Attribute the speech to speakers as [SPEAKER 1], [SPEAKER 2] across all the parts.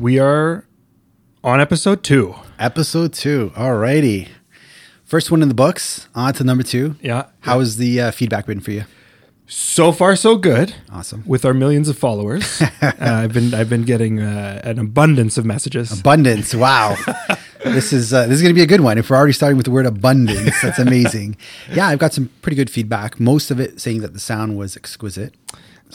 [SPEAKER 1] We are on episode two.
[SPEAKER 2] Episode two. Alrighty. First one in the books. On to number two.
[SPEAKER 1] Yeah.
[SPEAKER 2] How has the uh, feedback been for you?
[SPEAKER 1] So far, so good.
[SPEAKER 2] Awesome.
[SPEAKER 1] With our millions of followers, uh, I've been I've been getting uh, an abundance of messages.
[SPEAKER 2] Abundance. Wow. this is uh, this is going to be a good one. If we're already starting with the word abundance, that's amazing. yeah, I've got some pretty good feedback. Most of it saying that the sound was exquisite.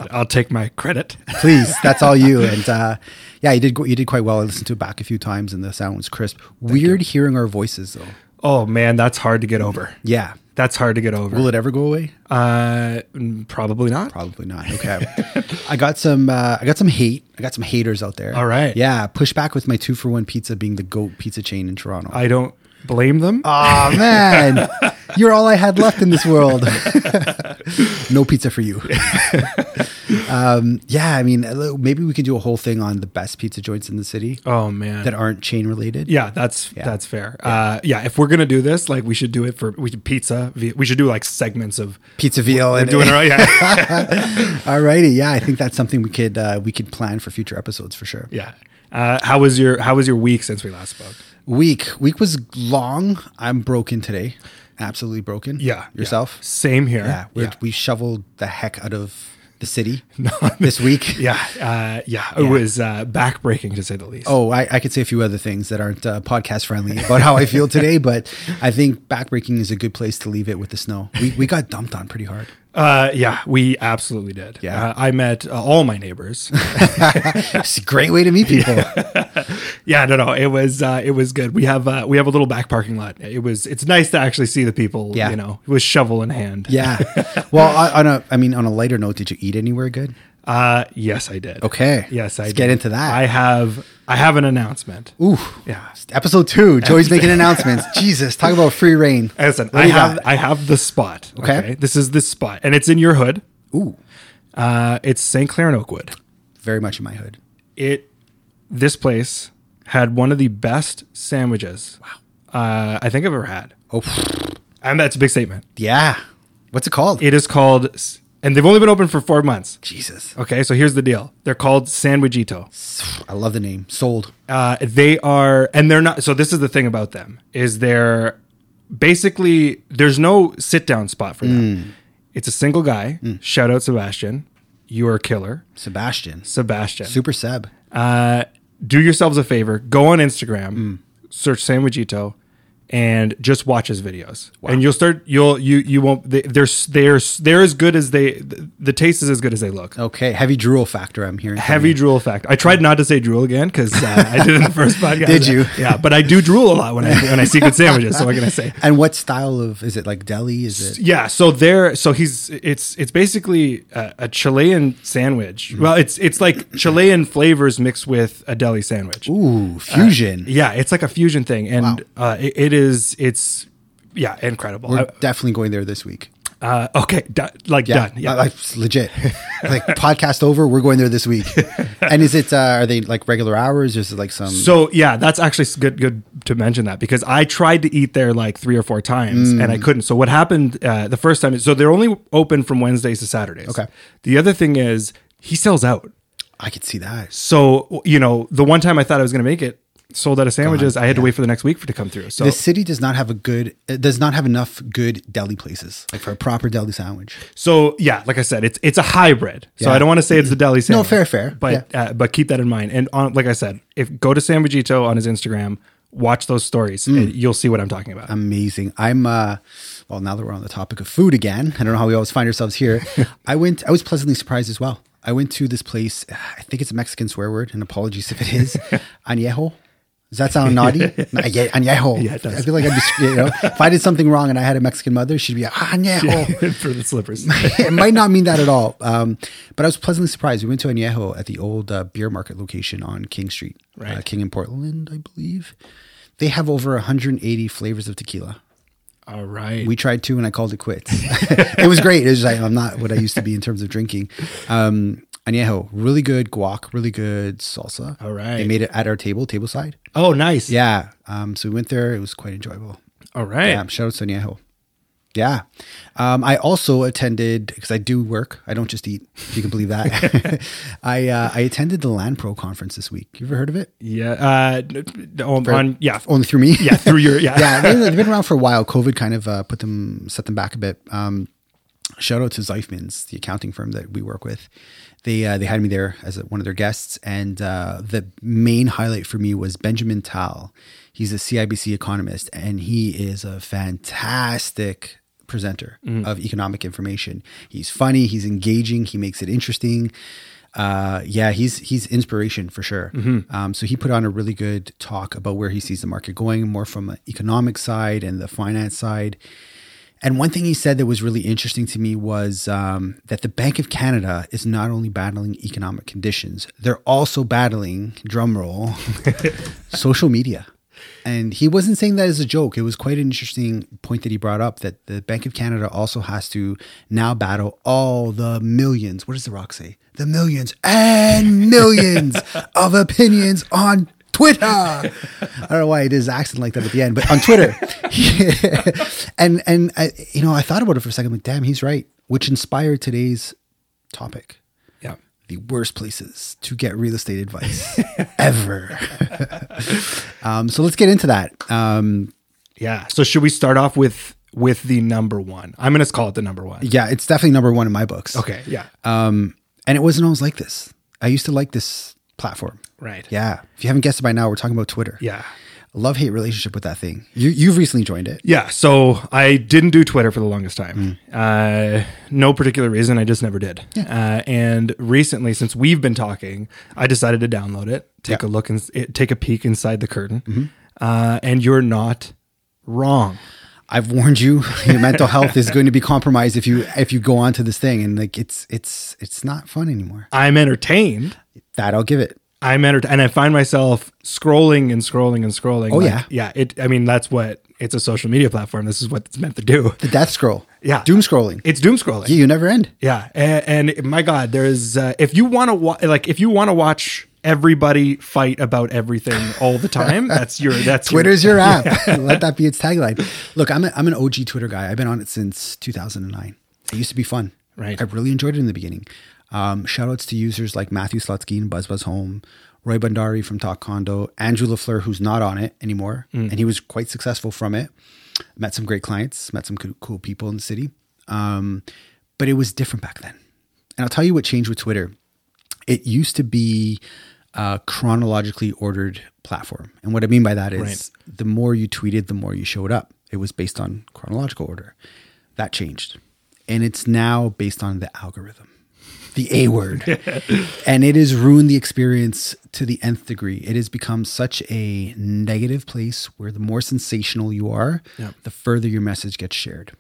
[SPEAKER 1] I'll take my credit.
[SPEAKER 2] Please, that's all you. And uh, yeah, you did go- you did quite well. I listened to it back a few times, and the sound was crisp. Weird hearing our voices though.
[SPEAKER 1] Oh man, that's hard to get over.
[SPEAKER 2] Yeah.
[SPEAKER 1] That's hard to get over.
[SPEAKER 2] Will it ever go away?
[SPEAKER 1] Uh, mm, probably not.
[SPEAKER 2] Probably not. Okay. I got some. Uh, I got some hate. I got some haters out there.
[SPEAKER 1] All right.
[SPEAKER 2] Yeah. Push back with my two for one pizza being the goat pizza chain in Toronto.
[SPEAKER 1] I don't blame them.
[SPEAKER 2] oh man, you're all I had left in this world. no pizza for you. um, yeah. I mean, a little- maybe we could do a whole thing on the best pizza joints in the city
[SPEAKER 1] oh man.
[SPEAKER 2] that aren't chain related.
[SPEAKER 1] yeah, that's that's fair. Uh, yeah, if we're gonna do this, like we should do it for we should pizza. vi- We should do like segments of
[SPEAKER 2] Pizza veal and
[SPEAKER 1] doing it right. Yeah,
[SPEAKER 2] Alrighty. Yeah. I think that's something we could uh, we could plan for future episodes for sure.
[SPEAKER 1] yeah. Uh, how was your How was your week since we last spoke?
[SPEAKER 2] Week week was long. I'm broken today. Absolutely broken. Yourself.
[SPEAKER 1] Same here.
[SPEAKER 2] Yeah, we
[SPEAKER 1] yeah.
[SPEAKER 2] we shoveled the heck out of the city this week.
[SPEAKER 1] Yeah, uh, yeah, it was uh, backbreaking to say the least.
[SPEAKER 2] Oh, I, I could say a few other things that aren't uh, podcast friendly about how I feel today, but I think backbreaking is a good place to leave it with the snow. We, we got dumped on pretty hard.
[SPEAKER 1] Uh, yeah, we absolutely did.
[SPEAKER 2] Yeah.
[SPEAKER 1] uh, I met uh, all my neighbors.
[SPEAKER 2] It's a great way to meet people.
[SPEAKER 1] yeah, no, no, it was uh, it was good. We have uh, we have a little back parking lot. It was it's nice to actually see the people.
[SPEAKER 2] Yeah.
[SPEAKER 1] you know, with shovel in hand.
[SPEAKER 2] Yeah. Well, on- on a, I mean, on a lighter note, did you eat anywhere good?
[SPEAKER 1] Uh, yes, I did.
[SPEAKER 2] Okay.
[SPEAKER 1] Yes, I
[SPEAKER 2] Let's
[SPEAKER 1] did.
[SPEAKER 2] get into that.
[SPEAKER 1] I have I have an announcement.
[SPEAKER 2] Ooh.
[SPEAKER 1] Yeah.
[SPEAKER 2] Episode two, Joey's making announcements. Jesus, talk about free reign.
[SPEAKER 1] Listen,
[SPEAKER 2] What
[SPEAKER 1] I
[SPEAKER 2] do you
[SPEAKER 1] have
[SPEAKER 2] got?
[SPEAKER 1] I have the spot.
[SPEAKER 2] Okay.
[SPEAKER 1] This is this spot, and it's in your hood.
[SPEAKER 2] Ooh,
[SPEAKER 1] Uh, it's St. Clair and Oakwood.
[SPEAKER 2] very much in my hood.
[SPEAKER 1] it this place had one of the best sandwiches wow. uh, I think I've ever had.
[SPEAKER 2] Oh,
[SPEAKER 1] And that's a big statement.
[SPEAKER 2] yeah. What's it called?
[SPEAKER 1] It is called, and they've only been open for four months.
[SPEAKER 2] Jesus.
[SPEAKER 1] Okay, so here's the deal. They're called Sandwichito.
[SPEAKER 2] I love the name. Sold.
[SPEAKER 1] Uh, they are, and they're not. So this is the thing about them is they're basically there's no sit down spot for them. It's a single guy. Shout out Sebastian, you are a killer,
[SPEAKER 2] Sebastian.
[SPEAKER 1] Sebastian.
[SPEAKER 2] Super Seb.
[SPEAKER 1] uh, do yourselves a favor go on instagram
[SPEAKER 2] Mm.
[SPEAKER 1] search sandwichito and just watch his videos and you'll start you'll you you won't they, they're s- they're s- they're as good as they the, the taste is as good as they look
[SPEAKER 2] Okay. Heavy drool factor, I'm hearing. from
[SPEAKER 1] heavy
[SPEAKER 2] you.
[SPEAKER 1] drool fact i tried not to say drool again because uh, i did in the first podcast
[SPEAKER 2] Did you?
[SPEAKER 1] yeah but i do drool a lot when i when i see good sandwiches so what can i say
[SPEAKER 2] And what style of, is it like deli? Is it?
[SPEAKER 1] yeah so there so he's it's it's basically a, a chilean sandwich
[SPEAKER 2] Mm.
[SPEAKER 1] well it's it's like chilean flavors mixed with a deli sandwich
[SPEAKER 2] Ooh, fusion.
[SPEAKER 1] Uh, Yeah, it's like a fusion thing, and uh, it, it is. It's yeah, incredible.
[SPEAKER 2] We're definitely going there this week.
[SPEAKER 1] Uh, okay, do- like
[SPEAKER 2] Yeah.
[SPEAKER 1] done. Yeah,
[SPEAKER 2] Like, it's legit. like podcast over. We're going there this week. and is it, uh, are they like regular hours? Or is it like some,
[SPEAKER 1] So yeah, that's actually s- good. Good to mention that because I tried to eat there like three or four times and
[SPEAKER 2] Mm.
[SPEAKER 1] I couldn't. So what happened uh, the first time? is So they're only open from Wednesdays to Saturdays.
[SPEAKER 2] Okay.
[SPEAKER 1] The other thing is he sells out.
[SPEAKER 2] I could see that.
[SPEAKER 1] So you know, the one time I thought I was going to make it, sold out of sandwiches. I had to wait for the next week for it to come through. So
[SPEAKER 2] The city does not have a good, it does not have enough good deli places like for a proper deli sandwich.
[SPEAKER 1] So yeah, like I said, it's it's a hybrid. So
[SPEAKER 2] Yeah.
[SPEAKER 1] I don't want to say it's the deli sandwich.
[SPEAKER 2] fair, fair.
[SPEAKER 1] But uh, but keep that in mind. And on, like I said, if go to Sambugito on his Instagram, watch those stories,
[SPEAKER 2] Mm.
[SPEAKER 1] and you'll see what I'm talking about.
[SPEAKER 2] amazing. I'm uh well now that we're on the topic of food again, I don't know how we always find ourselves here. I went I was pleasantly surprised as well. I went to this place, I think it's a Mexican swear word, and apologies if it is. Añejo. Does that sound naughty? Añe- Añejo.
[SPEAKER 1] Yeah, it does.
[SPEAKER 2] I feel like I'm just, you know, if I did something wrong and I had a Mexican mother, she'd be like, Añejo.
[SPEAKER 1] For the slippers.
[SPEAKER 2] it might not mean that at all. Um, but I was pleasantly surprised. We went to Añejo at the old uh, beer market location on King Street, uh,
[SPEAKER 1] Right.
[SPEAKER 2] King in Portland, I believe. They have over 180 flavors of tequila.
[SPEAKER 1] All right.
[SPEAKER 2] We tried two and I called it quits. it was great. It was just like, I'm not what I used to be in terms of drinking. Um, añejo, really good guac, really good salsa.
[SPEAKER 1] All right.
[SPEAKER 2] They made it at our table, table side.
[SPEAKER 1] Oh, nice.
[SPEAKER 2] Yeah. Um, so we went there. It was quite enjoyable.
[SPEAKER 1] All right.
[SPEAKER 2] Yeah. Shout out to añejo. Yeah. Um, I also attended because I do work. I don't just eat. If you can believe that. I uh, I attended the LandPro conference this week. You ever heard of it?
[SPEAKER 1] Yeah. Uh, n- on, on- yeah.
[SPEAKER 2] Only through me.
[SPEAKER 1] Yeah. Through your yeah.
[SPEAKER 2] yeah, they, have been around for a while. COVID kind of uh, put them, set them back a bit. Um, shout out to Zeifman's, the accounting firm that we work with. They uh, they had me there as one of their guests, and uh, the main highlight for me was Benjamin Tal. He's a CIBC economist, and he is a fantastic presenter of economic information. He's funny, he's engaging, he makes it interesting. Uh, yeah, he's he's inspiration for sure. Um, so he put on a really good talk about where he sees the market going, more from an economic side and the finance side. And one thing he said that was really interesting to me was um, that the Bank of Canada is not only battling economic conditions, they're also battling, drumroll, social media. And he wasn't saying that as a joke. It was quite an interesting point that he brought up that the Bank of Canada also has to now battle all the millions. What does The Rock say? The millions and millions of opinions on Twitter. I don't know why I did his accent like that at the end, but on Twitter. and and I, you know, I thought about it for a second. Like, damn, he's right. Which inspired today's topic:
[SPEAKER 1] Yeah.
[SPEAKER 2] the worst places to get real estate advice ever. um, so let's get into that. Um,
[SPEAKER 1] Yeah. So should we start off with with the number one? I'm gonna call it the number one.
[SPEAKER 2] yeah, it's definitely number one in my books.
[SPEAKER 1] Okay. Yeah.
[SPEAKER 2] Um, and it wasn't always like this. I used to like this platform.
[SPEAKER 1] right.
[SPEAKER 2] Yeah. If you haven't guessed it by now, we're talking about Twitter.
[SPEAKER 1] Yeah.
[SPEAKER 2] Love hate relationship with that thing. You you've recently joined it.
[SPEAKER 1] Yeah, so I didn't do Twitter for the longest time.
[SPEAKER 2] Hmm.
[SPEAKER 1] Uh, no particular reason, I just never did. Uh, and recently, since we've been talking, I decided to download it, take a look and take a peek inside the curtain.
[SPEAKER 2] Mm-hmm.
[SPEAKER 1] Uh, and you're not wrong.
[SPEAKER 2] I've warned you, your mental health is going to be compromised if you if you go on to this thing and like it's it's it's not fun anymore.
[SPEAKER 1] I'm entertained.
[SPEAKER 2] That I'll give it.
[SPEAKER 1] I'm entertained, and I find myself scrolling and scrolling and scrolling. Oh
[SPEAKER 2] yeah.
[SPEAKER 1] yeah. It. I mean, that's what it's a social media platform. This is what it's meant to do.
[SPEAKER 2] The death scroll.
[SPEAKER 1] Yeah.
[SPEAKER 2] Doom scrolling.
[SPEAKER 1] It's doom scrolling.
[SPEAKER 2] yeah, you never end.
[SPEAKER 1] Yeah, and, and my God, there's uh, if you want to wa- like if you want to watch everybody fight about everything all the time, that's your that's your-
[SPEAKER 2] Twitter's your app. Let that be its tagline. Look, I'm a, I'm an OG Twitter guy. I've been on it since 2009. It used to be fun.
[SPEAKER 1] Right.
[SPEAKER 2] I really enjoyed it in the beginning. Um, shout outs to users like Matthew Slutsky and Buzz Buzz Home, Roy Bandari from Talk Condo, Andrew LaFleur, who's not on it anymore,
[SPEAKER 1] Mm.
[SPEAKER 2] and he was quite successful from it. Met some great clients, met some coo- cool people in the city. Um, but it was different back then. And I'll tell you what changed with Twitter it used to be a chronologically ordered platform. And what I mean by that is the more you tweeted, the more you showed up. It was based on chronological order. That changed. And it's now based on the algorithm, the A word. and it has ruined the experience to the nth degree. It has become such a negative place where the more sensational you are, the further your message gets shared.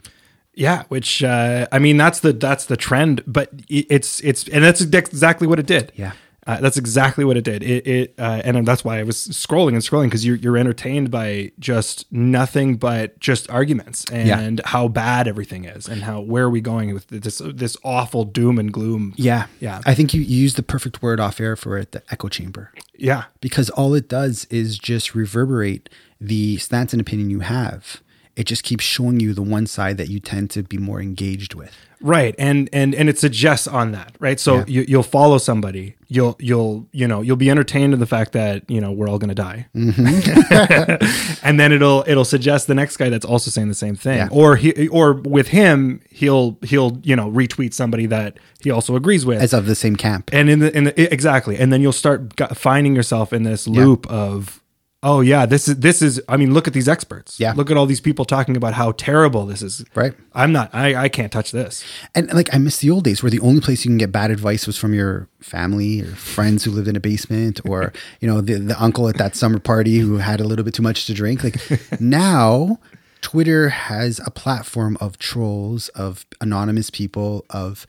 [SPEAKER 1] yeah. Which uh, I mean, that's the that's the trend, but i- it's it's and that's ex- exactly what it did.
[SPEAKER 2] Yeah.
[SPEAKER 1] Uh, that's exactly what it did. It, it uh, and that's why I was scrolling and scrolling because you're you're entertained by just nothing but just arguments and how bad everything is and how where are we going with this this awful doom and gloom.
[SPEAKER 2] Yeah.
[SPEAKER 1] Yeah.
[SPEAKER 2] I think you, you used the perfect word off air for it the echo chamber.
[SPEAKER 1] yeah,
[SPEAKER 2] because all it does is just reverberate the stance and opinion you have. It just keeps showing you the one side that you tend to be more engaged with.
[SPEAKER 1] right and and and it suggests on that right so you, you'll follow somebody you'll you'll you know you'll be entertained in the fact that you know we're all going to die
[SPEAKER 2] Mm-hmm.
[SPEAKER 1] and then it'll it'll suggest the next guy that's also saying the same thing or he or with him he'll he'll you know retweet somebody that he also agrees with
[SPEAKER 2] As of the same camp.
[SPEAKER 1] and in the in the exactly and then you'll start g- finding yourself in this loop of oh yeah this is this is i mean look at these experts
[SPEAKER 2] Yeah.
[SPEAKER 1] look at all these people talking about how terrible this is
[SPEAKER 2] Right.
[SPEAKER 1] i'm not i i can't touch this
[SPEAKER 2] And like I miss the old days where the only place you can get bad advice was from your family or friends who lived in a basement or you know the, the uncle at that summer party who had a little bit too much to drink. Like now Twitter has a platform of trolls, of anonymous people, of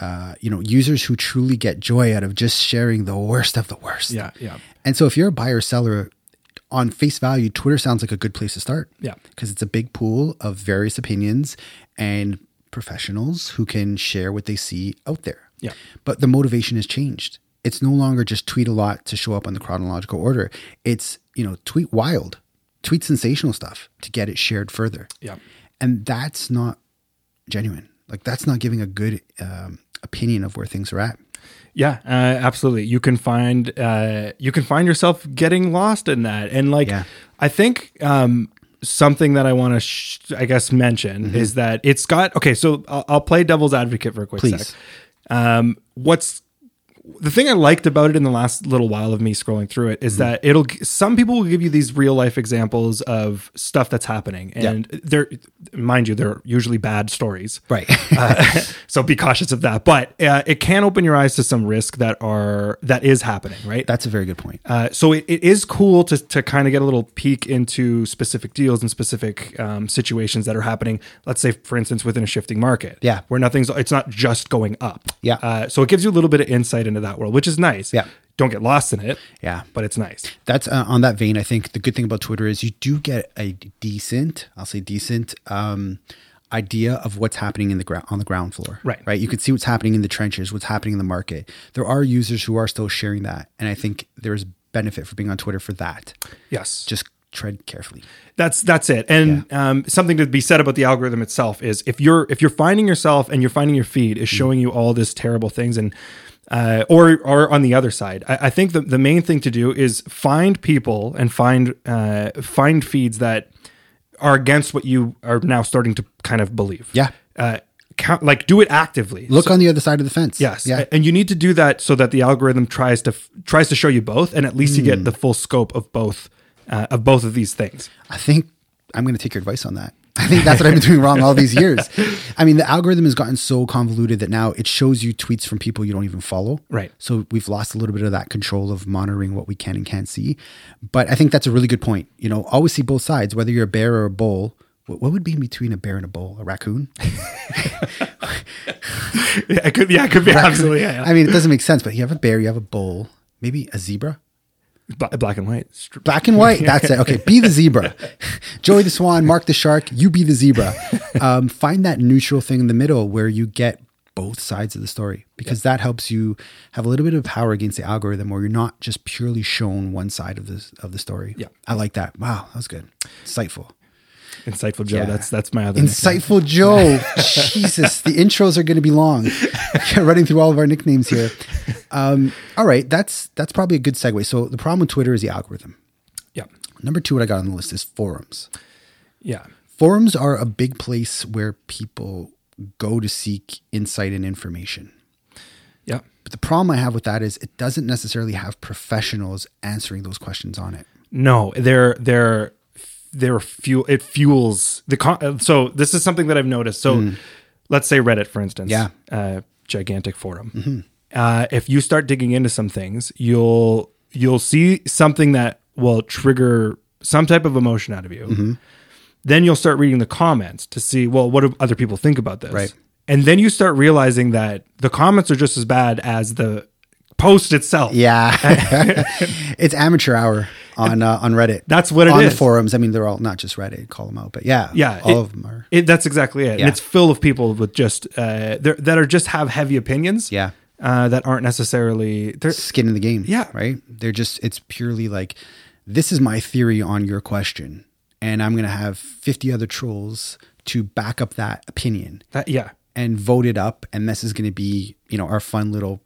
[SPEAKER 2] uh, you know users who truly get joy out of just sharing the worst of the worst.
[SPEAKER 1] Yeah, yeah.
[SPEAKER 2] And so if you're a buyer seller on face value, Twitter sounds like a good place to start.
[SPEAKER 1] Yeah.
[SPEAKER 2] Because it's a big pool of various opinions and professionals who can share what they see out there.
[SPEAKER 1] Yeah.
[SPEAKER 2] But the motivation has changed. It's no longer just tweet a lot to show up on the chronological order. It's, you know, tweet wild, tweet sensational stuff to get it shared further.
[SPEAKER 1] Yeah.
[SPEAKER 2] And that's not genuine. Like, that's not giving a good um, opinion of where things are at.
[SPEAKER 1] Yeah, uh, absolutely. You can find uh, you can find yourself getting lost in that, and like
[SPEAKER 2] Yeah.
[SPEAKER 1] I think um, something that I want to sh- I guess mention is that it's got okay. So I'll, I'll play devil's advocate for a quick
[SPEAKER 2] Please.
[SPEAKER 1] sec. Um, what's the thing I liked about it in the last little while of me scrolling through it is that it'll some people will give you these real life examples of stuff that's happening, and they're mind you they're usually bad stories,
[SPEAKER 2] Right.
[SPEAKER 1] uh, so be cautious of that. But uh, it can open your eyes to some risk that are that is happening, right?
[SPEAKER 2] that's a very good point.
[SPEAKER 1] Uh, so it, it is cool to to kind of get a little peek into specific deals and specific um, situations that are happening. Let's say, for instance, within a shifting market,
[SPEAKER 2] Yeah.
[SPEAKER 1] where nothing's it's not just going up,
[SPEAKER 2] Yeah.
[SPEAKER 1] Uh, so it gives you a little bit of insight into that world, which is nice.
[SPEAKER 2] Yeah.
[SPEAKER 1] Don't get lost in it.
[SPEAKER 2] Yeah.
[SPEAKER 1] But it's nice.
[SPEAKER 2] that's uh, on that vein. I think the good thing about Twitter is you do get a decent, I'll say decent, um, idea of what's happening in the ground on the ground floor.
[SPEAKER 1] Right.
[SPEAKER 2] Right. You can see what's happening in the trenches, what's happening in the market. There are users who are still sharing that, and I think there's benefit for being on Twitter for that.
[SPEAKER 1] Yes.
[SPEAKER 2] Just tread carefully.
[SPEAKER 1] That's that's it. And um, something to be said about the algorithm itself is if you're if you're finding yourself and you're finding your feed
[SPEAKER 2] Hmm.
[SPEAKER 1] is showing you all this terrible things and uh, or or on the other side, I, I think the the main thing to do is find people and find uh, find feeds that are against what you are now starting to kind of believe.
[SPEAKER 2] Yeah.
[SPEAKER 1] Uh, count, like do it actively.
[SPEAKER 2] Look on the other side of the fence.
[SPEAKER 1] Yes.
[SPEAKER 2] Yeah.
[SPEAKER 1] A- And you need to do that so that the algorithm tries to f- tries to show you both, and at least you
[SPEAKER 2] Hmm.
[SPEAKER 1] get the full scope of both uh, of both of these things.
[SPEAKER 2] I think I'm going to take your advice on that. I think that's what I've been doing wrong all these years. I mean, the algorithm has gotten so convoluted that now it shows you tweets from people you don't even follow.
[SPEAKER 1] Right.
[SPEAKER 2] So we've lost a little bit of that control of monitoring what we can and can't see. But I think that's a really good point. You know, always see both sides, whether you're a bear or a bull. What what would be in between a bear and a bull? A raccoon?
[SPEAKER 1] Yeah, it could. Yeah, it could be absolutely. Yeah,
[SPEAKER 2] I mean, it doesn't make sense, but you have a bear, you have a bull, maybe a zebra.
[SPEAKER 1] yeah. Bla- black and white. Str-
[SPEAKER 2] Black and white. That's it. Okay, be the zebra. Joey the swan, Mark the shark. You be the zebra. Um, find that neutral thing in the middle where you get both sides of the story because that helps you have a little bit of power against the algorithm where you're not just purely shown one side of this of the story.
[SPEAKER 1] Yeah.
[SPEAKER 2] I like that. Wow, that was good. Insightful.
[SPEAKER 1] Insightful Joe.
[SPEAKER 2] Yeah.
[SPEAKER 1] That's that's my other. nickname.
[SPEAKER 2] Insightful Joe. Jesus, the intros are going to be long. Running through all of our nicknames here. Um, all right, that's that's probably a good segue. So the problem with Twitter is the algorithm.
[SPEAKER 1] Yeah,
[SPEAKER 2] Number two, what I got on the list is forums.
[SPEAKER 1] yeah,
[SPEAKER 2] Forums are a big place where people go to seek insight and information.
[SPEAKER 1] yeah.
[SPEAKER 2] But the problem I have with that is it doesn't necessarily have professionals answering those questions on it.
[SPEAKER 1] No, they're they're they're fuel. It fuels the con- uh, so this is something that I've noticed. So let's say Reddit, for instance.
[SPEAKER 2] Mm. Yeah. Mm-hmm.
[SPEAKER 1] uh, gigantic forum. Uh, if you start digging into some things, you'll you'll see something that will trigger some type of emotion out of you.
[SPEAKER 2] Mm-hmm.
[SPEAKER 1] Then you'll start reading the comments to see well what do other people think about this.
[SPEAKER 2] Right.
[SPEAKER 1] And then you start realizing that the comments are just as bad as the post itself.
[SPEAKER 2] Yeah, it's amateur hour on uh, on Reddit.
[SPEAKER 1] That's what it
[SPEAKER 2] on
[SPEAKER 1] is.
[SPEAKER 2] the forums. I mean, they're all not just Reddit. Call them out, but yeah,
[SPEAKER 1] Yeah,
[SPEAKER 2] all
[SPEAKER 1] it-
[SPEAKER 2] of them are.
[SPEAKER 1] It, that's exactly it.
[SPEAKER 2] Yeah.
[SPEAKER 1] And it's full of people with just uh, they're- that are just have heavy opinions.
[SPEAKER 2] Yeah.
[SPEAKER 1] uh, that aren't necessarily. They're,
[SPEAKER 2] skin in the game.
[SPEAKER 1] Yeah.
[SPEAKER 2] Right. They're just, it's purely like, this is my theory on your question. And I'm going to have 50 other trolls to back up that opinion
[SPEAKER 1] that, yeah,
[SPEAKER 2] and vote it up. And this is going to be, you know, our fun little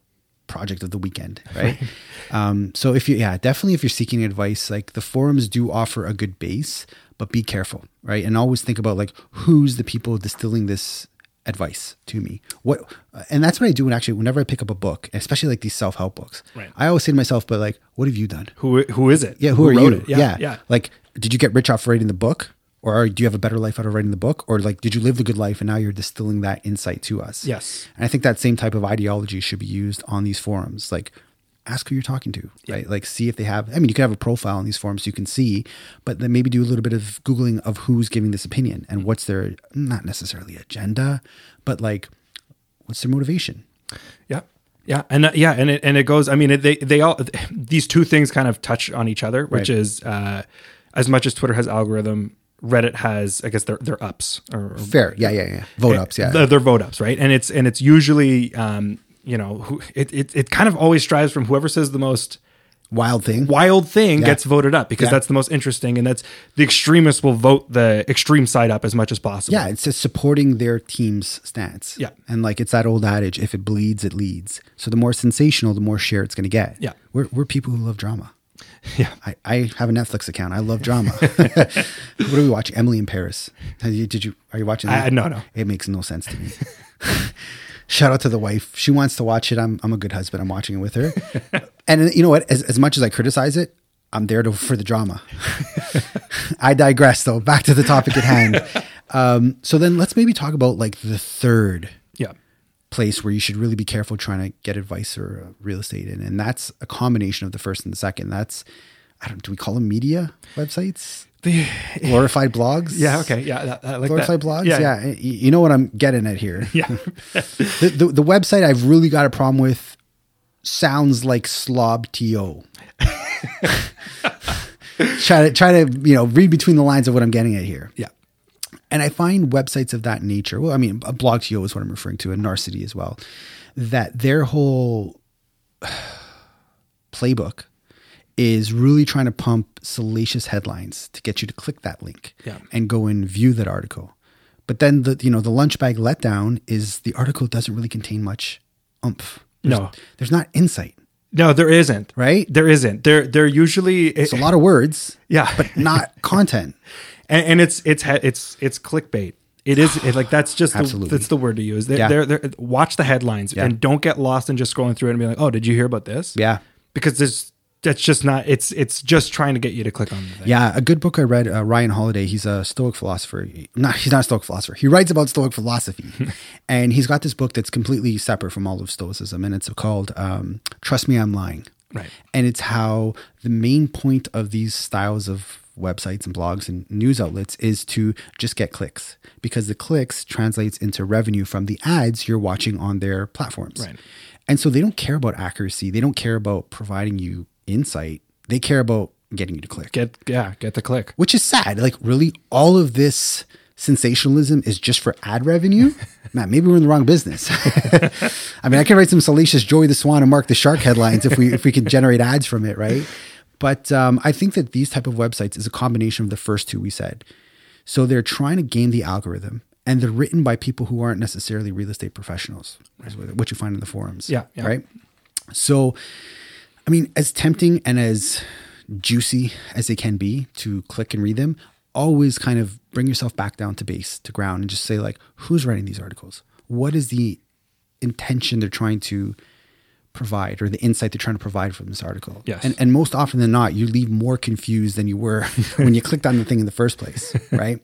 [SPEAKER 2] project of the weekend. Right. um, so if you, yeah, definitely if you're seeking advice, like the forums do offer a good base, but be careful. Right. And always think about like, who's the people distilling this advice to me? What, uh, and that's what I do when actually, whenever I pick up a book, especially like these self help books,
[SPEAKER 1] Right.
[SPEAKER 2] I always say to myself, but like, what have you done?
[SPEAKER 1] who who is it?
[SPEAKER 2] Yeah, who, are
[SPEAKER 1] wrote
[SPEAKER 2] you?
[SPEAKER 1] It? Yeah, yeah,
[SPEAKER 2] Like, did you get rich off writing the book, or are, do you have a better life out of writing the book, or like, did you live the good life and now you're distilling that insight to us?
[SPEAKER 1] Yes.
[SPEAKER 2] And I think that same type of ideology should be used on these forums. Like, ask who you're talking to, right? Like, see if they have. I mean, you can have a profile on these forums so you can see, but then maybe do a little bit of googling of who's giving this opinion and what's their not necessarily agenda, but like, what's their motivation?
[SPEAKER 1] yeah, yeah, and uh, yeah, and it and it goes. I mean, it, they they all these two things kind of touch on each other, which
[SPEAKER 2] Right.
[SPEAKER 1] is uh, as much as Twitter has algorithm, Reddit has I guess their their ups or, or Eh,
[SPEAKER 2] Fair. Yeah, yeah, yeah. Vote ups. Yeah.
[SPEAKER 1] They're, they're vote ups, right? And it's and it's usually um, you know, who, it, it it kind of always strives from whoever says the most
[SPEAKER 2] Wild thing.
[SPEAKER 1] wild thing
[SPEAKER 2] Yeah.
[SPEAKER 1] gets voted up because
[SPEAKER 2] Yeah.
[SPEAKER 1] that's the most interesting, and that's the extremists will vote the extreme side up as much as possible.
[SPEAKER 2] Yeah, it's just supporting their team's stance.
[SPEAKER 1] Yeah.
[SPEAKER 2] And like it's that old adage if it bleeds, it leads. So the more sensational, the more share it's going to get.
[SPEAKER 1] Yeah.
[SPEAKER 2] We're, we're people who love drama.
[SPEAKER 1] Yeah.
[SPEAKER 2] I, I have a Netflix account. I love drama. what are we watching? Emily in Paris. Have you, did you, are you watching that?
[SPEAKER 1] I- no, no.
[SPEAKER 2] It makes no sense to me. Shout out to the wife. She wants to watch it. I'm, I'm a good husband. I'm watching it with her. and you know what? As, as much as I criticize it, I'm there to, for the drama. I digress though. Back to the topic at hand. Um, so then let's maybe talk about like the third
[SPEAKER 1] yeah,
[SPEAKER 2] place where you should really be careful trying to get advice or uh, real estate in. And that's a combination of the first and the second. That's, I don't, do we call them media websites?
[SPEAKER 1] The-
[SPEAKER 2] Glorified blogs?
[SPEAKER 1] yeah, okay, yeah, that, I like
[SPEAKER 2] Glorified
[SPEAKER 1] that.
[SPEAKER 2] blogs? Yeah. y- You know what I'm getting at here.
[SPEAKER 1] yeah.
[SPEAKER 2] The, the, the website I've really got a problem with sounds like slob to. try to try to you know read between the lines of what I'm getting at here.
[SPEAKER 1] yeah.
[SPEAKER 2] And I find websites of that nature, well, I mean, a blog to is what I'm referring to, and Narcity as well, that their whole playbook is really trying to pump salacious headlines to get you to click that link
[SPEAKER 1] Yeah.
[SPEAKER 2] and go and view that article. But then the you know the lunch bag letdown is the article doesn't really contain much umph. There's-
[SPEAKER 1] No.
[SPEAKER 2] there's not insight.
[SPEAKER 1] No, there isn't.
[SPEAKER 2] Right?
[SPEAKER 1] There isn't. There, there usually.
[SPEAKER 2] It's a lot of words,
[SPEAKER 1] yeah,
[SPEAKER 2] but not content.
[SPEAKER 1] and, and it's it's he- it's it's clickbait. It is it, like that's just the,
[SPEAKER 2] Absolutely.
[SPEAKER 1] that's the word to use. They're,
[SPEAKER 2] Yeah.
[SPEAKER 1] they're, they're- watch the headlines and don't get lost in just scrolling through it and be like, oh, did you hear about this?
[SPEAKER 2] Yeah.
[SPEAKER 1] because there's that's just not. It's it's just trying to get you to click on the thing.
[SPEAKER 2] Yeah, a good book I read, uh, Ryan Holiday. He's a Stoic philosopher. He- No, he's not a Stoic philosopher. He writes about Stoic philosophy, and he's got this book that's completely separate from all of Stoicism, and it's called um, "Trust Me, I'm Lying."
[SPEAKER 1] Right.
[SPEAKER 2] And it's how the main point of these styles of websites and blogs and news outlets is to just get clicks because the clicks translates into revenue from the ads you're watching on their platforms.
[SPEAKER 1] Right.
[SPEAKER 2] And so they don't care about accuracy. They don't care about providing you insight. They care about getting you to click
[SPEAKER 1] Get yeah, get the click.
[SPEAKER 2] which is sad. Like, really, all of this sensationalism is just for ad revenue? Man, maybe we're in the wrong business. I mean, I could write some salacious Joy the Swan and Mark the Shark headlines if we if we can generate ads from it, right? But um, I think that these type of websites is a combination of the first two we said. So they're trying to game the algorithm, and they're written by people who aren't necessarily real estate professionals, is what what you find in the forums.
[SPEAKER 1] Yeah, yeah.
[SPEAKER 2] Right. So I mean, as tempting and as juicy as they can be to click and read them, always kind of bring yourself back down to base, to ground, and just say, like, who's writing these articles? What is the intention they're trying to provide or the insight they're trying to provide from this article?
[SPEAKER 1] Yes.
[SPEAKER 2] And, and most often than not, you leave more confused than you were when you clicked on the thing in the first place, right?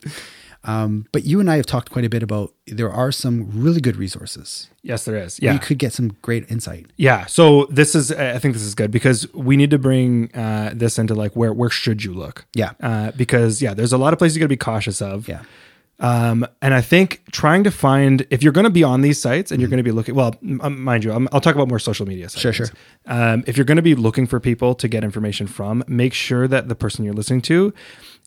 [SPEAKER 2] Um, but you and I have talked quite a bit about there are some really good resources.
[SPEAKER 1] Yes, there is.
[SPEAKER 2] where
[SPEAKER 1] Yeah,
[SPEAKER 2] You could get some great insight.
[SPEAKER 1] yeah. So this is I think this is good because we need to bring uh, this into like where where should you look?
[SPEAKER 2] Yeah.
[SPEAKER 1] uh, because yeah, there's a lot of places you got to be cautious of.
[SPEAKER 2] Yeah.
[SPEAKER 1] Um, and I think trying to find if you're going to be on these sites and you're going to be looking, well, m- um, mind you, I'm, I'll talk about more social media sites.
[SPEAKER 2] Mm-hmm. Sure, sure.
[SPEAKER 1] Um, if you're going to be looking for people to get information from, make sure that the person you're listening to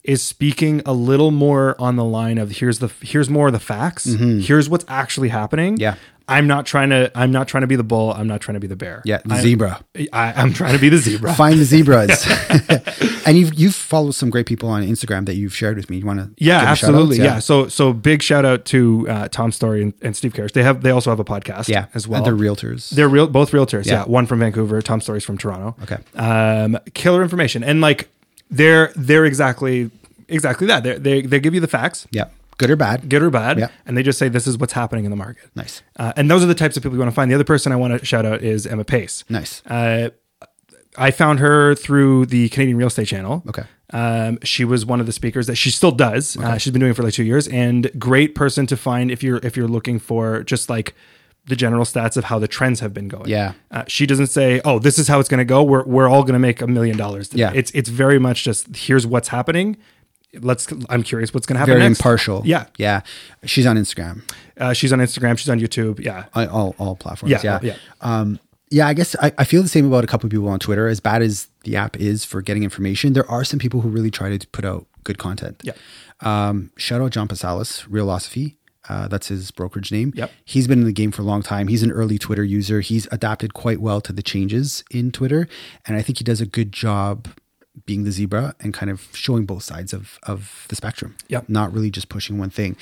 [SPEAKER 1] is speaking a little more on the line of here's the here's more of the facts, here's what's actually happening.
[SPEAKER 2] Mm-hmm. Yeah.
[SPEAKER 1] I'm not trying to I'm not trying to be the bull. I'm not trying to be the bear.
[SPEAKER 2] Yeah. The
[SPEAKER 1] I'm-
[SPEAKER 2] zebra.
[SPEAKER 1] I, I'm trying to be the zebra.
[SPEAKER 2] find the zebras. and you've you've followed some great people on Instagram that you've shared with me. You want to
[SPEAKER 1] Yeah, absolutely. Yeah. So so big shout out to uh, Tom Story and, and Steve Karras. They have they also have a podcast.
[SPEAKER 2] yeah,
[SPEAKER 1] as well.
[SPEAKER 2] And they're realtors.
[SPEAKER 1] They're real, both realtors. Yeah.
[SPEAKER 2] Yeah.
[SPEAKER 1] one from Vancouver. Tom Story's from Toronto.
[SPEAKER 2] Okay.
[SPEAKER 1] Um, killer information, and like they're they're exactly exactly that. They're, they they give you the facts,
[SPEAKER 2] yeah, good or bad.
[SPEAKER 1] good or bad,
[SPEAKER 2] Yeah.
[SPEAKER 1] and they just say this is what's happening in the market.
[SPEAKER 2] Nice,
[SPEAKER 1] Uh, and those are the types of people you want to find. The other person I want to shout out is Emma Pace.
[SPEAKER 2] nice.
[SPEAKER 1] Uh, I found her through the Canadian Real Estate Channel.
[SPEAKER 2] Okay.
[SPEAKER 1] Um, she was one of the speakers that she still does. Uh, she's been doing it for like two years, and great person to find if you're if you're looking for just like the general stats of how the trends have been going.
[SPEAKER 2] Yeah.
[SPEAKER 1] Uh, she doesn't say, "Oh, this is how it's going to go. We're we're all going to make a million dollars." today."
[SPEAKER 2] Yeah.
[SPEAKER 1] It's it's very much just here's what's happening. Let's. I'm curious what's going to happen.
[SPEAKER 2] Very
[SPEAKER 1] next.
[SPEAKER 2] impartial.
[SPEAKER 1] Yeah.
[SPEAKER 2] yeah. She's on Instagram,
[SPEAKER 1] Uh, she's on Instagram. She's on YouTube. Yeah.
[SPEAKER 2] on all all platforms.
[SPEAKER 1] Yeah,
[SPEAKER 2] Yeah,
[SPEAKER 1] yeah.
[SPEAKER 2] Um, yeah, I guess I, I feel the same about a couple of people on Twitter. As bad as the app is for getting information, there are some people who really try to put out good content.
[SPEAKER 1] Yeah.
[SPEAKER 2] Um, shout out John Pasalis, Realosophy. Uh, that's his brokerage name.
[SPEAKER 1] Yep.
[SPEAKER 2] He's been in the game for a long time. He's an early Twitter user. He's adapted quite well to the changes in Twitter. And I think he does a good job being the zebra and kind of showing both sides of, of the spectrum.
[SPEAKER 1] Yep.
[SPEAKER 2] Not really just pushing one thing.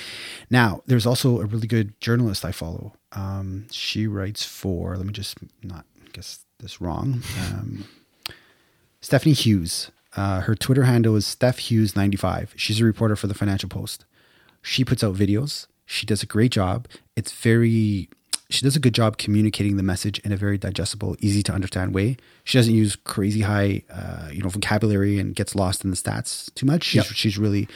[SPEAKER 2] Now, there's also a really good journalist I follow. Um, she writes for, let me just not guess this wrong. Um, Stephanie Hughes. Uh, her Twitter handle is Steph Hughes95. She's a reporter for the Financial Post. She puts out videos. She does a great job. It's very, she does a good job communicating the message in a very digestible, easy to understand way. She doesn't use crazy high, uh, you know, vocabulary and gets lost in the stats too much. She's,
[SPEAKER 1] Yep.
[SPEAKER 2] she's really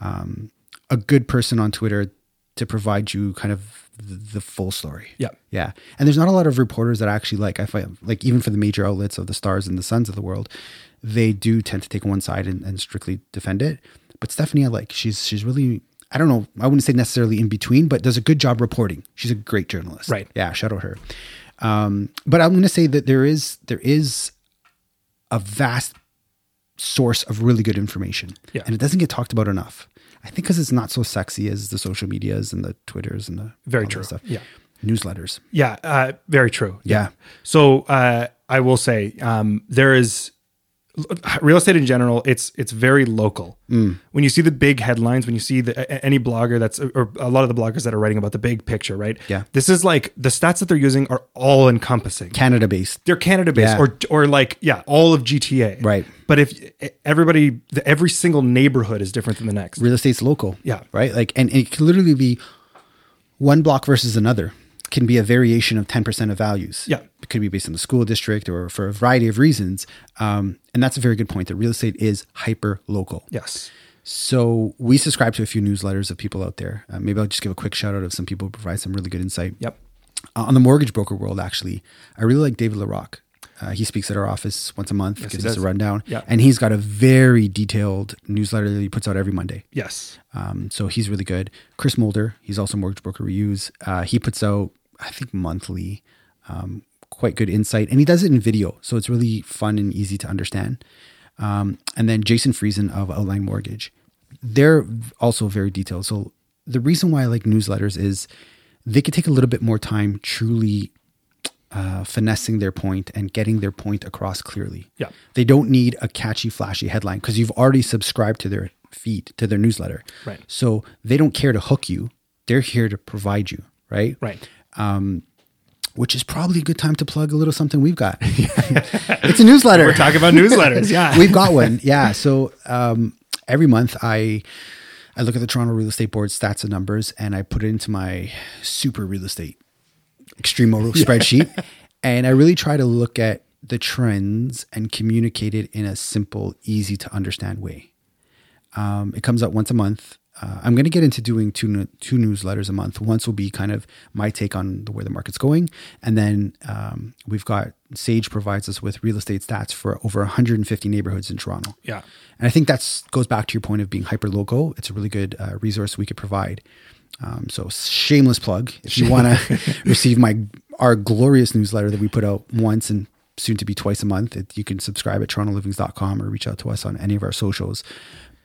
[SPEAKER 2] um, a good person on Twitter to provide you kind of the, the full story.
[SPEAKER 1] Yeah.
[SPEAKER 2] Yeah. And there's not a lot of reporters that I actually like. I find, like, even for the major outlets of the stars and the sons of the world, they do tend to take one side and, and strictly defend it. But Stephanie, I like. She's, she's really, I don't know, I wouldn't say necessarily in between, but does a good job reporting. She's a great journalist.
[SPEAKER 1] Right.
[SPEAKER 2] Yeah. Shout out her. Um, but I'm going to say that there is, there is a vast source of really good information.
[SPEAKER 1] Yeah.
[SPEAKER 2] And it doesn't get talked about enough. I think because it's not so sexy as the social medias and the Twitters and the
[SPEAKER 1] Very
[SPEAKER 2] all that
[SPEAKER 1] true.
[SPEAKER 2] stuff.
[SPEAKER 1] Yeah.
[SPEAKER 2] Newsletters.
[SPEAKER 1] Yeah, uh, very true.
[SPEAKER 2] Yeah.
[SPEAKER 1] So uh, I will say um, there is real estate in general. It's it's very local. When you see the big headlines, when you see the, a- any blogger that's or a lot of the bloggers that are writing about the big picture, right?
[SPEAKER 2] Yeah.
[SPEAKER 1] This is like the stats that they're using are all encompassing.
[SPEAKER 2] Canada based.
[SPEAKER 1] They're Canada based
[SPEAKER 2] Yeah.
[SPEAKER 1] or or like yeah, all of GTA.
[SPEAKER 2] Right.
[SPEAKER 1] But if e, everybody, the, every single neighborhood is different than the next.
[SPEAKER 2] Real estate's local.
[SPEAKER 1] Yeah.
[SPEAKER 2] Right. Like, and, and it can literally be one block versus another can be a variation of 10% of values.
[SPEAKER 1] Yeah.
[SPEAKER 2] It could be based on the school district or for a variety of reasons. Um, and that's a very good point that real estate is hyper local.
[SPEAKER 1] Yes.
[SPEAKER 2] So we subscribe to a few newsletters of people out there. Uh, maybe I'll just give a quick shout out of some people who provide some really good insight.
[SPEAKER 1] Yep.
[SPEAKER 2] Uh, on the mortgage broker world, actually, I really like David LaRocque. Uh, he speaks at our office once a month, gives
[SPEAKER 1] he
[SPEAKER 2] us a
[SPEAKER 1] does.
[SPEAKER 2] rundown,
[SPEAKER 1] Yeah.
[SPEAKER 2] and he's got a very detailed newsletter that he puts out every Monday.
[SPEAKER 1] Yes.
[SPEAKER 2] Um, so he's really good. Chris Mulder, he's also mortgage broker we use. Uh, he puts out, I think, monthly, um, quite good insight, and he does it in video, so it's really fun and easy to understand. Um, and then Jason Friesen of Outline Mortgage, they're also very detailed. So the reason why I like newsletters is they could take a little bit more time truly uh, finessing their point and getting their point across clearly.
[SPEAKER 1] Yeah.
[SPEAKER 2] They don't need a catchy, flashy headline because you've already subscribed to their feed, to their newsletter.
[SPEAKER 1] Right.
[SPEAKER 2] So they don't care to hook you. They're here to provide you, right?
[SPEAKER 1] Right.
[SPEAKER 2] Which is probably a good time to plug a little something we've got. it's a newsletter.
[SPEAKER 1] We're talking about newsletters. Yeah.
[SPEAKER 2] We've got one. Yeah. So um, every month I I look at the Toronto Real Estate Board stats and numbers and I put it into my super real estate extremo spreadsheet. And I really try to look at the trends and communicate it in a simple, easy to understand way. Um, it comes out once a month. Uh, I'm going to get into doing two nu- two newsletters a month. Once will be kind of my take on the, where the market's going, and then um, we've got Sage provides us with real estate stats for over 150 neighborhoods in Toronto.
[SPEAKER 1] Yeah.
[SPEAKER 2] and I think that's goes back to your point of being hyper local. It's a really good uh, resource we could provide. Um, so shameless plug if you want to receive my our glorious newsletter that we put out once and soon to be twice a month. It, you can subscribe at torontolivings.com or reach out to us on any of our socials.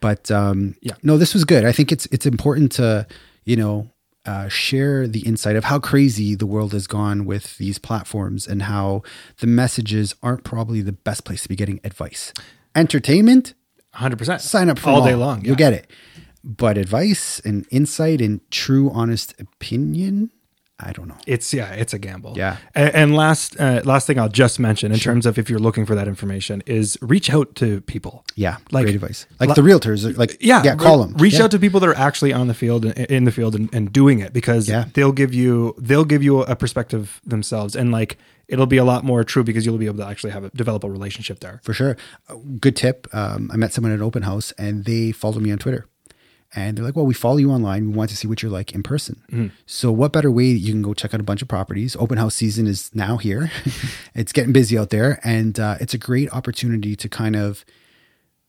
[SPEAKER 2] But um,
[SPEAKER 1] Yeah.
[SPEAKER 2] no, this was good. I think it's it's important to you know uh, share the insight of how crazy the world has gone with these platforms and how the messages aren't probably the best place to be getting advice. Entertainment,
[SPEAKER 1] 100%.
[SPEAKER 2] sign up for
[SPEAKER 1] all
[SPEAKER 2] them
[SPEAKER 1] day long.
[SPEAKER 2] You'll
[SPEAKER 1] yeah.
[SPEAKER 2] get it. But advice and insight and true, honest opinion, I don't know.
[SPEAKER 1] it's yeah it's a gamble
[SPEAKER 2] Yeah.
[SPEAKER 1] A- and, last uh, last thing i'll just mention in terms of if you're looking for that information is reach out to people
[SPEAKER 2] Yeah,
[SPEAKER 1] like
[SPEAKER 2] great advice. Like the realtors, like
[SPEAKER 1] yeah
[SPEAKER 2] yeah, call them.
[SPEAKER 1] reach
[SPEAKER 2] yeah.
[SPEAKER 1] out to people that are actually on the field in the field and, and doing it because
[SPEAKER 2] Yeah.
[SPEAKER 1] they'll give you they'll give you a perspective themselves and like it'll be a lot more true because you'll be able to actually have a develop a relationship there
[SPEAKER 2] for sure. Uh, Good tip. Um, I met someone at an open house and they followed me on Twitter. And they're like, well, we follow you online. We want to see what you're like in person.
[SPEAKER 1] Mm-hmm.
[SPEAKER 2] So, what better way that you can go check out a bunch of properties? Open house season is now here. it's getting busy out there. And uh, it's a great opportunity to kind of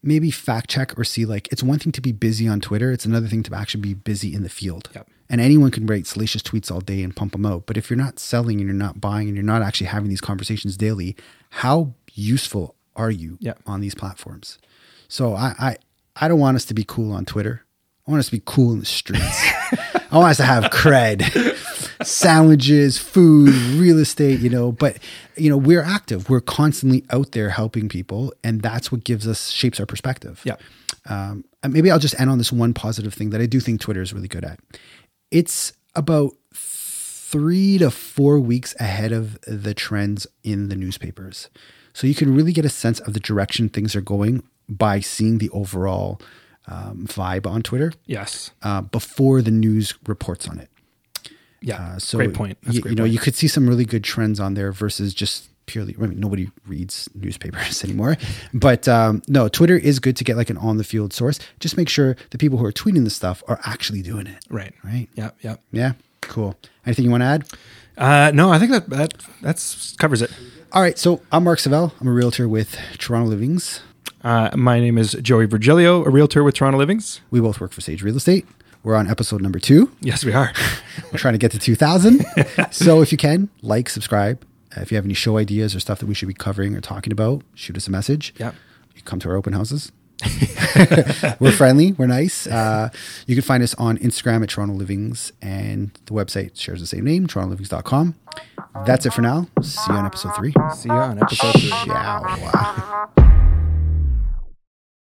[SPEAKER 2] maybe fact check or see like, it's one thing to be busy on Twitter, it's another thing to actually be busy in the field.
[SPEAKER 1] Yep.
[SPEAKER 2] And anyone can write salacious tweets all day and pump them out. But if you're not selling and you're not buying and you're not actually having these conversations daily, how useful are you
[SPEAKER 1] Yeah.
[SPEAKER 2] on these platforms? So I, I I don't want us to be cool on Twitter. I want us to be cool in the streets. I want us to have cred, sandwiches, food, real estate, you know. But, you know, we're active. We're constantly out there helping people. And that's what gives us, shapes our perspective.
[SPEAKER 1] Yeah.
[SPEAKER 2] Um, and maybe I'll just end on this one positive thing that I do think Twitter is really good at. It's about three to four weeks ahead of the trends in the newspapers. So you can really get a sense of the direction things are going by seeing the overall um, vibe on Twitter
[SPEAKER 1] Yes.
[SPEAKER 2] uh, before the news reports on it.
[SPEAKER 1] Yeah.
[SPEAKER 2] Uh, so
[SPEAKER 1] great point. That's
[SPEAKER 2] you,
[SPEAKER 1] a great
[SPEAKER 2] you know,
[SPEAKER 1] point.
[SPEAKER 2] you could see some really good trends on there versus just purely. I mean, nobody reads newspapers anymore, but um, no, Twitter is good to get like an on the field source. Just make sure the people who are tweeting this stuff are actually doing it.
[SPEAKER 1] right.
[SPEAKER 2] Right.
[SPEAKER 1] Yeah. Yeah.
[SPEAKER 2] Yeah. Cool. Anything you want to add?
[SPEAKER 1] Uh, no, I think that that that's covers it.
[SPEAKER 2] All right. So I'm Mark Savell. I'm a realtor with Toronto Livings.
[SPEAKER 1] Uh, my name is Joey Virgilio, a realtor with Toronto Livings.
[SPEAKER 2] We both work for Sage Real Estate. We're on episode number two.
[SPEAKER 1] Yes, we are.
[SPEAKER 2] We're trying to get to 2,000. so if you can, like, subscribe. Uh, If you have any show ideas or stuff that we should be covering or talking about, shoot us a message.
[SPEAKER 1] Yep.
[SPEAKER 2] You come to our open houses. we're friendly. We're nice. Uh, you can find us on Instagram at Toronto Livings and the website shares the same name, torontolivings.com. That's it for now. See you on episode three.
[SPEAKER 1] See you on episode three.
[SPEAKER 2] Ciao.